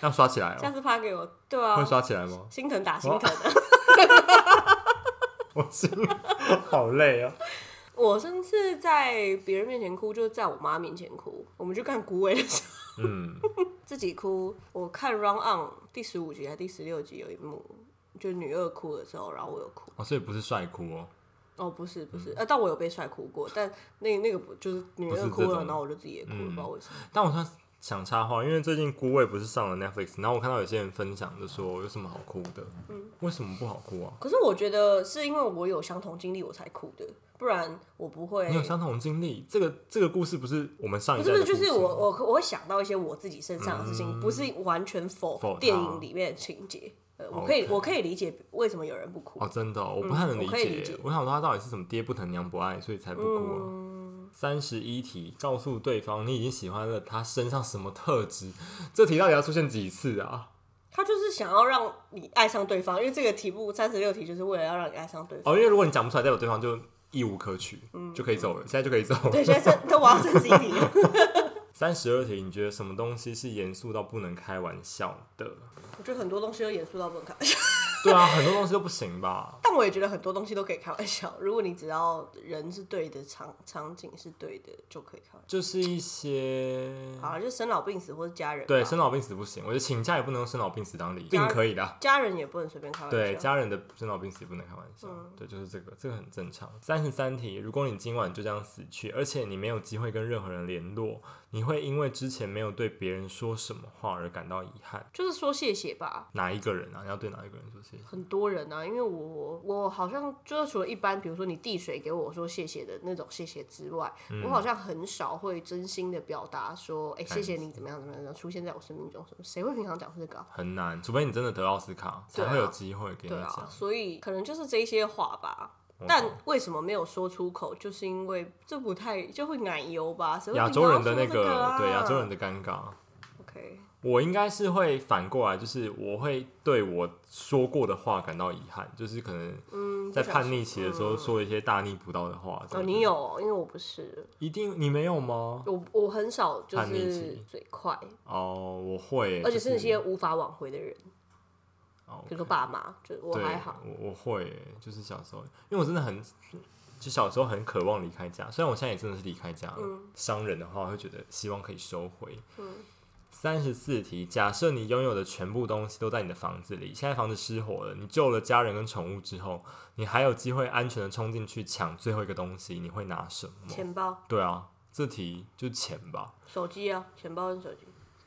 Speaker 1: 要刷起来
Speaker 2: 下
Speaker 1: 哦，
Speaker 2: 次发给我。对
Speaker 1: 会
Speaker 2: 啊，
Speaker 1: 刷哦起来吗？
Speaker 2: 心疼打心疼啊。
Speaker 1: 我心 好累啊。
Speaker 2: 我上次在别人面前哭，就是在我妈面前哭。我们去看古伟的时候，
Speaker 1: 嗯，
Speaker 2: 自己哭。我看《Round On》第十五集还是第十六集有一幕，就女二哭的时候，然后我有哭。
Speaker 1: 哦，所以不是帅哭哦，
Speaker 2: 哦，不是不是，呃，但我有被帅哭过，但那那个不就是
Speaker 1: 嗯
Speaker 2: 女
Speaker 1: 不是
Speaker 2: 二
Speaker 1: 这
Speaker 2: 哭了，
Speaker 1: 种嗯
Speaker 2: 然后我就自己也哭了，不知道为什么。
Speaker 1: 但我算想插话，因为最近《孤味》不是上了 Netflix，然后我看到有些人分享就说有什么好哭的，
Speaker 2: 嗯
Speaker 1: 为什么不好哭啊？
Speaker 2: 可是我觉得是因为我有相同经历我才哭的，不然我不会
Speaker 1: 你。有相同经历，这个这个故事不是我们上一
Speaker 2: 不
Speaker 1: 代
Speaker 2: 是
Speaker 1: 的
Speaker 2: 不
Speaker 1: 故事嗯
Speaker 2: 是，就是我我我会想到一些我自己身上的事情，不是完全否
Speaker 1: 否它
Speaker 2: 电影里面的情节。呃，我可以
Speaker 1: OK
Speaker 2: 我可以理解为什么有人不哭。
Speaker 1: 哦，真的哦、我不太能
Speaker 2: 嗯
Speaker 1: 理
Speaker 2: 我可
Speaker 1: 解
Speaker 2: 以
Speaker 1: 耶。
Speaker 2: 理解
Speaker 1: 我想说他到底是怎么爹不疼娘不爱，所以才不哭啊。
Speaker 2: 嗯
Speaker 1: 三十一题，告诉对方你已经喜欢了他身上什么特质？这题到底要出现几次啊？
Speaker 2: 他就是想要让你爱上对方，因为这个题目三十六题就是为了要让你爱上对方。
Speaker 1: 哦，因为如果你讲不出来，代表对方就一无可取，
Speaker 2: 嗯
Speaker 1: 就可以走了，现在就可以走了。
Speaker 2: 对，现在这都我要三十一题了。
Speaker 1: 三十二题，你觉得什么东西是严肃到不能开玩笑的？
Speaker 2: 我觉得很多东西都严肃到不能开玩笑，
Speaker 1: 对啊，很多东西都不行吧？
Speaker 2: 但我也觉得很多东西都可以开玩笑。如果你只要人是对的，场场景是对的，就可以开玩
Speaker 1: 就是一些
Speaker 2: 笑。好了，就生老病死或者家人吧。
Speaker 1: 对生老病死不行，我觉得请假也不能用生老病死当理由，
Speaker 2: 家
Speaker 1: 病可以的。
Speaker 2: 家人也不能随便开玩笑。
Speaker 1: 对家人的生老病死也不能开玩笑，
Speaker 2: 嗯
Speaker 1: 对，就是这个，这个很正常。三十三题，如果你今晚就这样死去，而且你没有机会跟任何人联络，你会因为之前没有对别人说什么话而感到遗憾？
Speaker 2: 就是说谢谢吧。
Speaker 1: 哪一个人啊？你要对哪一个人说谢谢？
Speaker 2: 很多人啊，因为我我好像就是除了一般，比如说你递水给我说谢谢的那种谢谢之外，我
Speaker 1: 嗯
Speaker 2: 好像很少会真心的表达说，哎、谢谢你怎么样怎么样，怎么样出现在我生命中什么，谁会平常讲这个啊、
Speaker 1: 很难，除非你真的得奥斯卡，才
Speaker 2: 对啊
Speaker 1: 会有机会给你
Speaker 2: 对
Speaker 1: 讲。哦
Speaker 2: 啊，所以可能就是这一些话吧。但为什么没有说出口？就是因为这不太就会奶油吧？谁会
Speaker 1: 亚洲人的
Speaker 2: 平
Speaker 1: 那
Speaker 2: 常说这个啊、
Speaker 1: 对亚洲人的尴尬，
Speaker 2: OK，
Speaker 1: 我应该是会反过来，就是我会对我说过的话感到遗憾，就是可能
Speaker 2: 嗯，
Speaker 1: 在
Speaker 2: 不小
Speaker 1: 叛
Speaker 2: 心
Speaker 1: 逆期的时候说一些大逆不道的话。这
Speaker 2: 哦，
Speaker 1: 样
Speaker 2: 你
Speaker 1: 子
Speaker 2: 有，因为我不是，
Speaker 1: 一定你没有吗？
Speaker 2: 我我很少就
Speaker 1: 叛逆
Speaker 2: 是
Speaker 1: 期
Speaker 2: 嘴快，
Speaker 1: 哦，我会，
Speaker 2: 而且
Speaker 1: 就是
Speaker 2: 那些无法挽回的人，
Speaker 1: 哦
Speaker 2: 比如说爸妈，就我
Speaker 1: 对
Speaker 2: 还好，，
Speaker 1: 我我会，就是小时候，因为我真的很，就小时候很渴望离开家，虽然我现在也真的是离开家了。
Speaker 2: 嗯
Speaker 1: 商人的话，我会觉得希望可以收回。三十四题，假设你拥有的全部东西都在你的房子里，现在房子失火了，你救了家人跟宠物之后，你还有机会安全的冲进去抢最后一个东西，你会拿什么？
Speaker 2: 钱包、
Speaker 1: 对啊，这题就钱吧，
Speaker 2: 手机啊，钱包跟手机，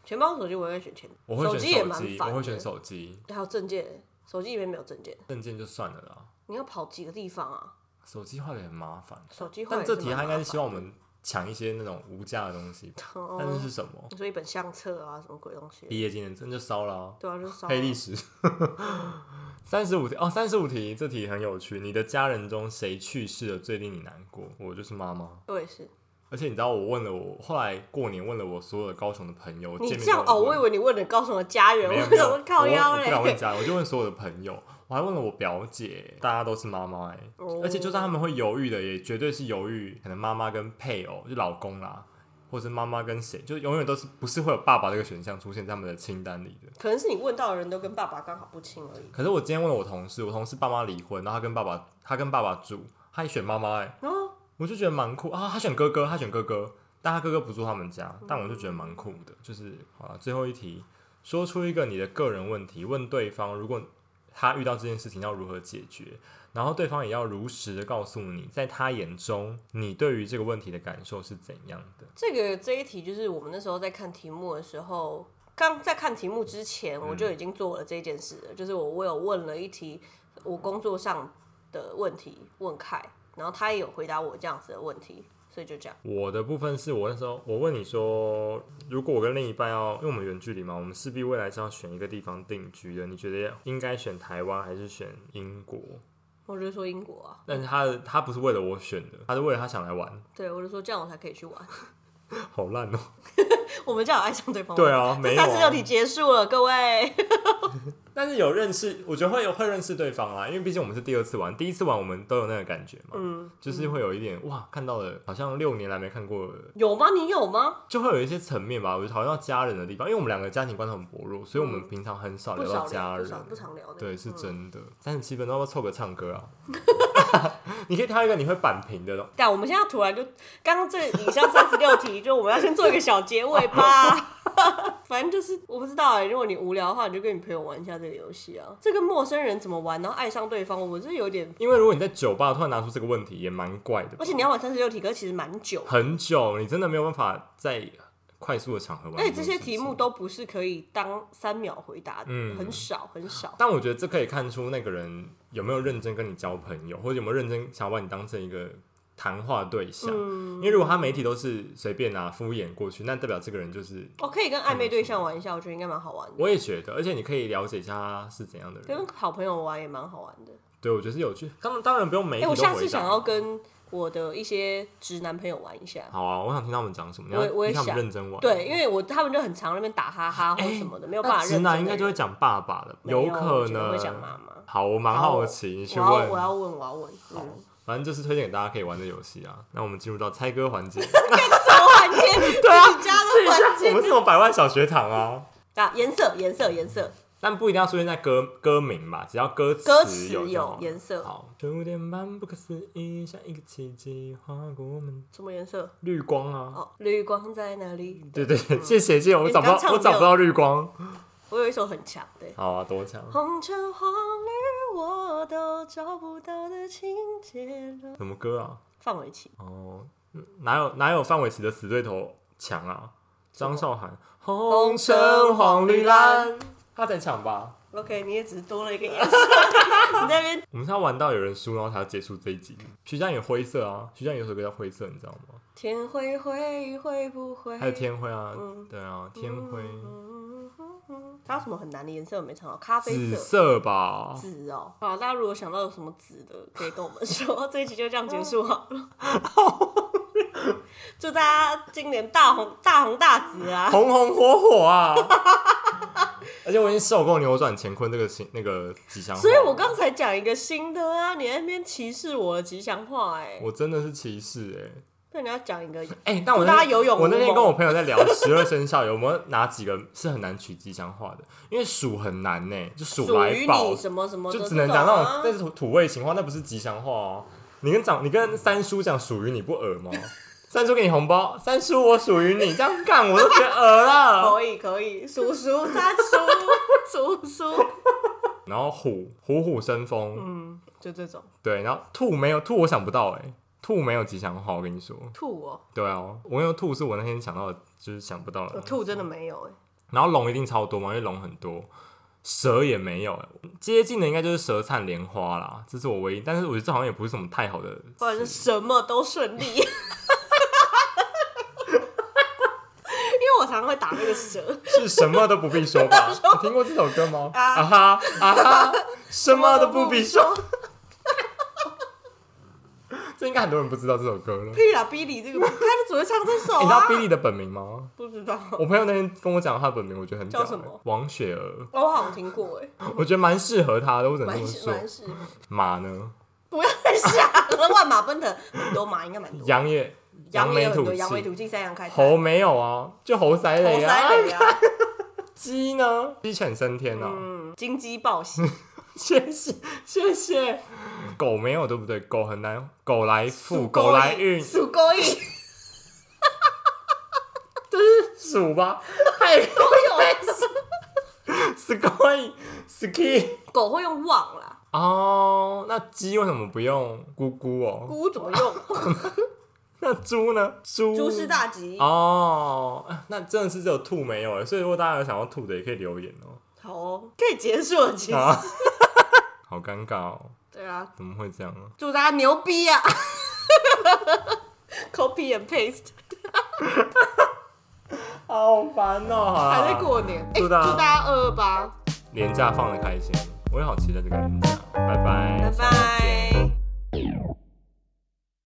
Speaker 2: 钱包跟手机我会选钱，
Speaker 1: 我会
Speaker 2: 机也
Speaker 1: 选
Speaker 2: 蛮
Speaker 1: 手机，我
Speaker 2: 烦
Speaker 1: 会
Speaker 2: 的，
Speaker 1: 选手机，
Speaker 2: 还有证件，手机里面没有证件，
Speaker 1: 证件就算了啦，
Speaker 2: 你要跑几个地方啊？
Speaker 1: 手机坏的很麻烦。
Speaker 2: 手机坏
Speaker 1: 但
Speaker 2: 也
Speaker 1: 这题
Speaker 2: 蛮
Speaker 1: 他应该
Speaker 2: 麻
Speaker 1: 是希望我
Speaker 2: 烦的
Speaker 1: 们抢一些那种无价的东西吧，但是
Speaker 2: 哦，
Speaker 1: 是什么？
Speaker 2: 你说一本相册啊，什么鬼东西的？
Speaker 1: 毕业纪念证就烧了啊、
Speaker 2: 对啊，就是烧
Speaker 1: 黑历
Speaker 2: 啊
Speaker 1: 史。三十五题哦，三十五题这题很有趣。你的家人中谁去世了最令你难过？我就是妈妈。
Speaker 2: 我也是。
Speaker 1: 而且你知道，我问了我后来过年问了我所有的高雄的朋友，
Speaker 2: 你
Speaker 1: 见面
Speaker 2: 这样
Speaker 1: 都
Speaker 2: 哦，
Speaker 1: 有
Speaker 2: 我
Speaker 1: 问
Speaker 2: 以为你问了高雄的家人，
Speaker 1: 没有
Speaker 2: 我
Speaker 1: 没有，
Speaker 2: 怎么靠腰
Speaker 1: 我我不敢问
Speaker 2: 嘞？
Speaker 1: 家人，我就问所有的朋友，我还问了我表姐，大家都是妈妈哎，
Speaker 2: 哦
Speaker 1: 而且就算他们会犹豫的，也绝对是犹豫可能妈妈跟配偶，就老公啦，或是妈妈跟谁，就永远都是不是会有爸爸这个选项出现在他们的清单里的。
Speaker 2: 可能是你问到的人都跟爸爸刚好不亲而已。
Speaker 1: 可是我今天问了我同事，我同事爸妈离婚，然后他跟爸爸他跟爸爸住，他也选妈妈哎，
Speaker 2: 哦，
Speaker 1: 我就觉得蛮酷啊，他选哥哥，他选哥哥，但他哥哥不住他们家，但我就觉得蛮酷的。就是好了，最后一题，说出一个你的个人问题，问对方如果他遇到这件事情要如何解决，然后对方也要如实的告诉你，在他眼中你对于这个问题的感受是怎样的。
Speaker 2: 这个这一题就是我们那时候在看题目的时候，刚在看题目之前，我
Speaker 1: 嗯
Speaker 2: 就已经做了这件事了，就是我我有问了一题我工作上的问题，问凯，然后他也有回答我这样子的问题，所以就这样。
Speaker 1: 我的部分是我那时候我问你说，如果我跟另一半要，因为我们远距离嘛，我们势必未来是要选一个地方定居的，你觉得应该选台湾还是选英国？
Speaker 2: 我就说英国啊，
Speaker 1: 但是他他不是为了我选的，他是为了他想来玩，
Speaker 2: 对我就说这样我才可以去 玩。
Speaker 1: 好烂哦、
Speaker 2: 我们这样有爱上对方吗
Speaker 1: 对啊，没有、
Speaker 2: 三十六
Speaker 1: 啊。
Speaker 2: 题结束了，各位。
Speaker 1: 但是有认识，我觉得会有会认识对方啦，因为毕竟我们是第二次玩，第一次玩我们都有那个感觉嘛，
Speaker 2: 嗯，
Speaker 1: 就是会有一点哇，看到了好像六年来没看过的，
Speaker 2: 有吗？你有吗？
Speaker 1: 就会有一些层面吧。我就讨论到家人的地方，因为我们两个家庭关系很薄弱，所以我们平常很少
Speaker 2: 不
Speaker 1: 聊
Speaker 2: 少
Speaker 1: 到
Speaker 2: 聊，
Speaker 1: 家
Speaker 2: 嗯不
Speaker 1: 人。
Speaker 2: 少不常聊嗯的。
Speaker 1: 对，是真的。三十七分钟要不要凑个唱歌啊？ 你可以挑一个你会扳平的咯。
Speaker 2: 嗯但我们现在突然就，刚刚这以上三十六题，就我们要先做一个小结尾吧。 反正就是我不知道哎、如果你无聊的话，你就跟你朋友玩一下这个游戏啊。这个陌生人怎么玩，然后爱上对方，我是有点，
Speaker 1: 因为如果你在酒吧突然拿出这个问题，也蛮怪的吧。
Speaker 2: 而且你要玩三十六题，可是其实蛮久。
Speaker 1: 很久，你真的没有办法在快速的场合玩。
Speaker 2: 而且这些题目，都不是可以当三秒回答的，
Speaker 1: 嗯
Speaker 2: 很少很少。
Speaker 1: 但我觉得这可以看出那个人有没有认真跟你交朋友，或者有没有认真想要把你当成一个谈话对象。
Speaker 2: 嗯
Speaker 1: 因为如果他每一题都是随便拿、敷衍过去，那代表这个人就是。
Speaker 2: 我、哦可以跟暧昧对象玩一下，我觉得应该蛮好玩的。
Speaker 1: 我也觉得，而且你可以了解一下他是怎样的人。
Speaker 2: 跟好朋友玩也蛮好玩的。
Speaker 1: 对，我觉得是有趣。当然，当然不用每一
Speaker 2: 哎、
Speaker 1: 题都
Speaker 2: 我
Speaker 1: 回答。
Speaker 2: 下次想要跟我的一些直男朋友玩一下。
Speaker 1: 好啊，我想听他们讲什么。你
Speaker 2: 我
Speaker 1: 要
Speaker 2: 我也
Speaker 1: 你看他
Speaker 2: 想
Speaker 1: 们认真玩。
Speaker 2: 对，因为我他们就很常在那边打哈哈或什么的，没有办法
Speaker 1: 哎那
Speaker 2: 认
Speaker 1: 直
Speaker 2: 真的
Speaker 1: 男
Speaker 2: 人。
Speaker 1: 应该就会讲爸爸了，
Speaker 2: 没有
Speaker 1: 可
Speaker 2: 我觉得
Speaker 1: 能
Speaker 2: 会讲妈妈。
Speaker 1: 好，我蛮
Speaker 2: 好
Speaker 1: 好奇，你去
Speaker 2: 我要
Speaker 1: 问
Speaker 2: 我。要问我要问，嗯，
Speaker 1: 反正就是推荐给大家可以玩的游戏啊。那我们进入到猜歌环 节，
Speaker 2: 什么环 节？对啊，家的环
Speaker 1: 我
Speaker 2: 节
Speaker 1: 们是种百万小学堂啊，
Speaker 2: 啊，颜色颜色颜色，
Speaker 1: 但不一定要出现在歌歌名嘛，只要歌词
Speaker 2: 歌词
Speaker 1: 就
Speaker 2: 有
Speaker 1: 好。
Speaker 2: 颜色，
Speaker 1: 好，九点半不可思议，像一个奇迹划过我们。
Speaker 2: 什么颜色？
Speaker 1: 绿光啊，
Speaker 2: 哦，绿光在哪里？
Speaker 1: 对对对，谢谢谢谢，我
Speaker 2: 你
Speaker 1: 找不到
Speaker 2: 刚唱
Speaker 1: 我找
Speaker 2: 没有
Speaker 1: 不到绿光。
Speaker 2: 我有一首很强，对。
Speaker 1: 好啊，多强！
Speaker 2: 红橙黄绿，我都找不到的情节了。
Speaker 1: 什么歌啊？
Speaker 2: 范玮琪，
Speaker 1: 哦，嗯哪有哪有范玮琪的死对头强啊？张韶涵，红橙
Speaker 2: 橙
Speaker 1: 黄
Speaker 2: 黄
Speaker 1: 绿
Speaker 2: 绿
Speaker 1: 蓝
Speaker 2: 蓝，
Speaker 1: 他才强吧？
Speaker 2: OK，你也只是多 了一个颜色，你在那边
Speaker 1: 我们是要玩到有人输，然后才要结束这一集。徐佳莹有灰色啊，徐佳莹有首歌叫灰色，你知道吗？
Speaker 2: 天灰灰会不会？
Speaker 1: 还有天灰啊，
Speaker 2: 嗯
Speaker 1: 对啊，天灰，
Speaker 2: 嗯嗯嗯还有什么很难的颜色我没唱到？咖啡
Speaker 1: 紫
Speaker 2: 色。
Speaker 1: 色吧？
Speaker 2: 紫哦，好，大家如果想到有什么紫的，可以跟我们说。 这一集就这样结束好了， 祝大家今年大红大红大紫啊！
Speaker 1: 红红火火啊！ 而且我已经受够扭转乾坤这个形那个吉祥话，
Speaker 2: 所以我刚才讲一个新的啊，你在那边歧视我的吉祥话哎、
Speaker 1: 我真的是歧视哎、
Speaker 2: 那你要讲一个
Speaker 1: 哎、但我那
Speaker 2: 大家
Speaker 1: 天
Speaker 2: 有勇无
Speaker 1: 我那天跟我
Speaker 2: 谋
Speaker 1: 朋友在聊十二生肖有没有哪几个是很难取吉祥话的？因为鼠很难呢、就鼠
Speaker 2: 属
Speaker 1: 来
Speaker 2: 于
Speaker 1: 宝
Speaker 2: 你，什么什么的
Speaker 1: 就
Speaker 2: 这
Speaker 1: 只
Speaker 2: 种啊，
Speaker 1: 能讲那种，但是土土味情话，那不是吉祥话哦。你跟长，你跟三叔讲属于你不恶吗？ 三叔给你红包，三叔我属于你，这样干我都觉得恶了。
Speaker 2: 可以可以，叔叔 三叔叔叔，
Speaker 1: 然后虎虎虎生风，
Speaker 2: 嗯，就这种
Speaker 1: 对，然后兔没有兔，我想不到哎、兔没有吉祥话，我跟你说，
Speaker 2: 兔哦，
Speaker 1: 对啊，我有兔是我那天想到的，就是想不到
Speaker 2: 我
Speaker 1: 的。
Speaker 2: 兔真的没有哎、
Speaker 1: 然后龙一定超多嘛，因为龙很多，蛇也没有、欸，接近的应该就是舌灿莲花啦，这是我唯一，但是我觉得这好像也不是什么太好的词，
Speaker 2: 不然是什么都顺利。 因为我常常会打那个蛇，
Speaker 1: 是什么都不必说 吧？你听过这首歌吗？
Speaker 2: 啊
Speaker 1: 啊哈啊哈，什么都不必说。这应该很多人不知道这首歌了。
Speaker 2: 屁啦，哔哩这个，他就只会唱这首
Speaker 1: 你知道
Speaker 2: 啊。
Speaker 1: Billy 的本名吗？
Speaker 2: 不知道，哦
Speaker 1: 我朋友那天跟我讲他的本名，我觉得很屌、欸
Speaker 2: 叫什么
Speaker 1: 王雪儿，
Speaker 2: 哦我好像听过哎，
Speaker 1: 我觉得蛮适合他的。我只能这
Speaker 2: 蛮
Speaker 1: 么
Speaker 2: 是
Speaker 1: 说
Speaker 2: 蛮。是，
Speaker 1: 马呢？
Speaker 2: 不要再想了，万马奔腾很多马应该蛮多，
Speaker 1: 羊也
Speaker 2: 扬
Speaker 1: 眉
Speaker 2: 也有很
Speaker 1: 吐
Speaker 2: 多，扬眉
Speaker 1: 气。
Speaker 2: 吐气，三羊开泰，
Speaker 1: 猴没有啊，就猴塞
Speaker 2: 猴
Speaker 1: 雷啊。
Speaker 2: 塞雷啊，
Speaker 1: 鸡呢？鸡犬升天啊。
Speaker 2: 嗯，金鸡报喜，
Speaker 1: 谢谢谢谢。狗没有对不对？狗很难，狗来富，
Speaker 2: 属
Speaker 1: 狗
Speaker 2: 狗
Speaker 1: 来
Speaker 2: 印
Speaker 1: 运，
Speaker 2: 属狗印，
Speaker 1: 数吧，太
Speaker 2: 都有
Speaker 1: sky ski
Speaker 2: 狗会用旺啦，
Speaker 1: 哦。那鸡为什么不用咕咕哦？
Speaker 2: 咕怎 么用？
Speaker 1: 那猪呢？猪
Speaker 2: 诸事大吉。
Speaker 1: 哦。那真的是只有兔没有哎，所以如果大家有想要兔的，也可以留言哦。
Speaker 2: 好哦，可以结束了，其实。
Speaker 1: 啊， 好尴尬哦，
Speaker 2: 对啊，
Speaker 1: 怎么会这样啊？
Speaker 2: 祝大家牛逼啊 ！Copy and paste，
Speaker 1: 好烦哦，
Speaker 2: 还在过年，哎、
Speaker 1: 祝
Speaker 2: 祝
Speaker 1: 大家
Speaker 2: 大家二二八，
Speaker 1: 年假放的开心，我也好期待这个年假，拜拜，
Speaker 2: 拜
Speaker 1: 下次见
Speaker 2: 拜。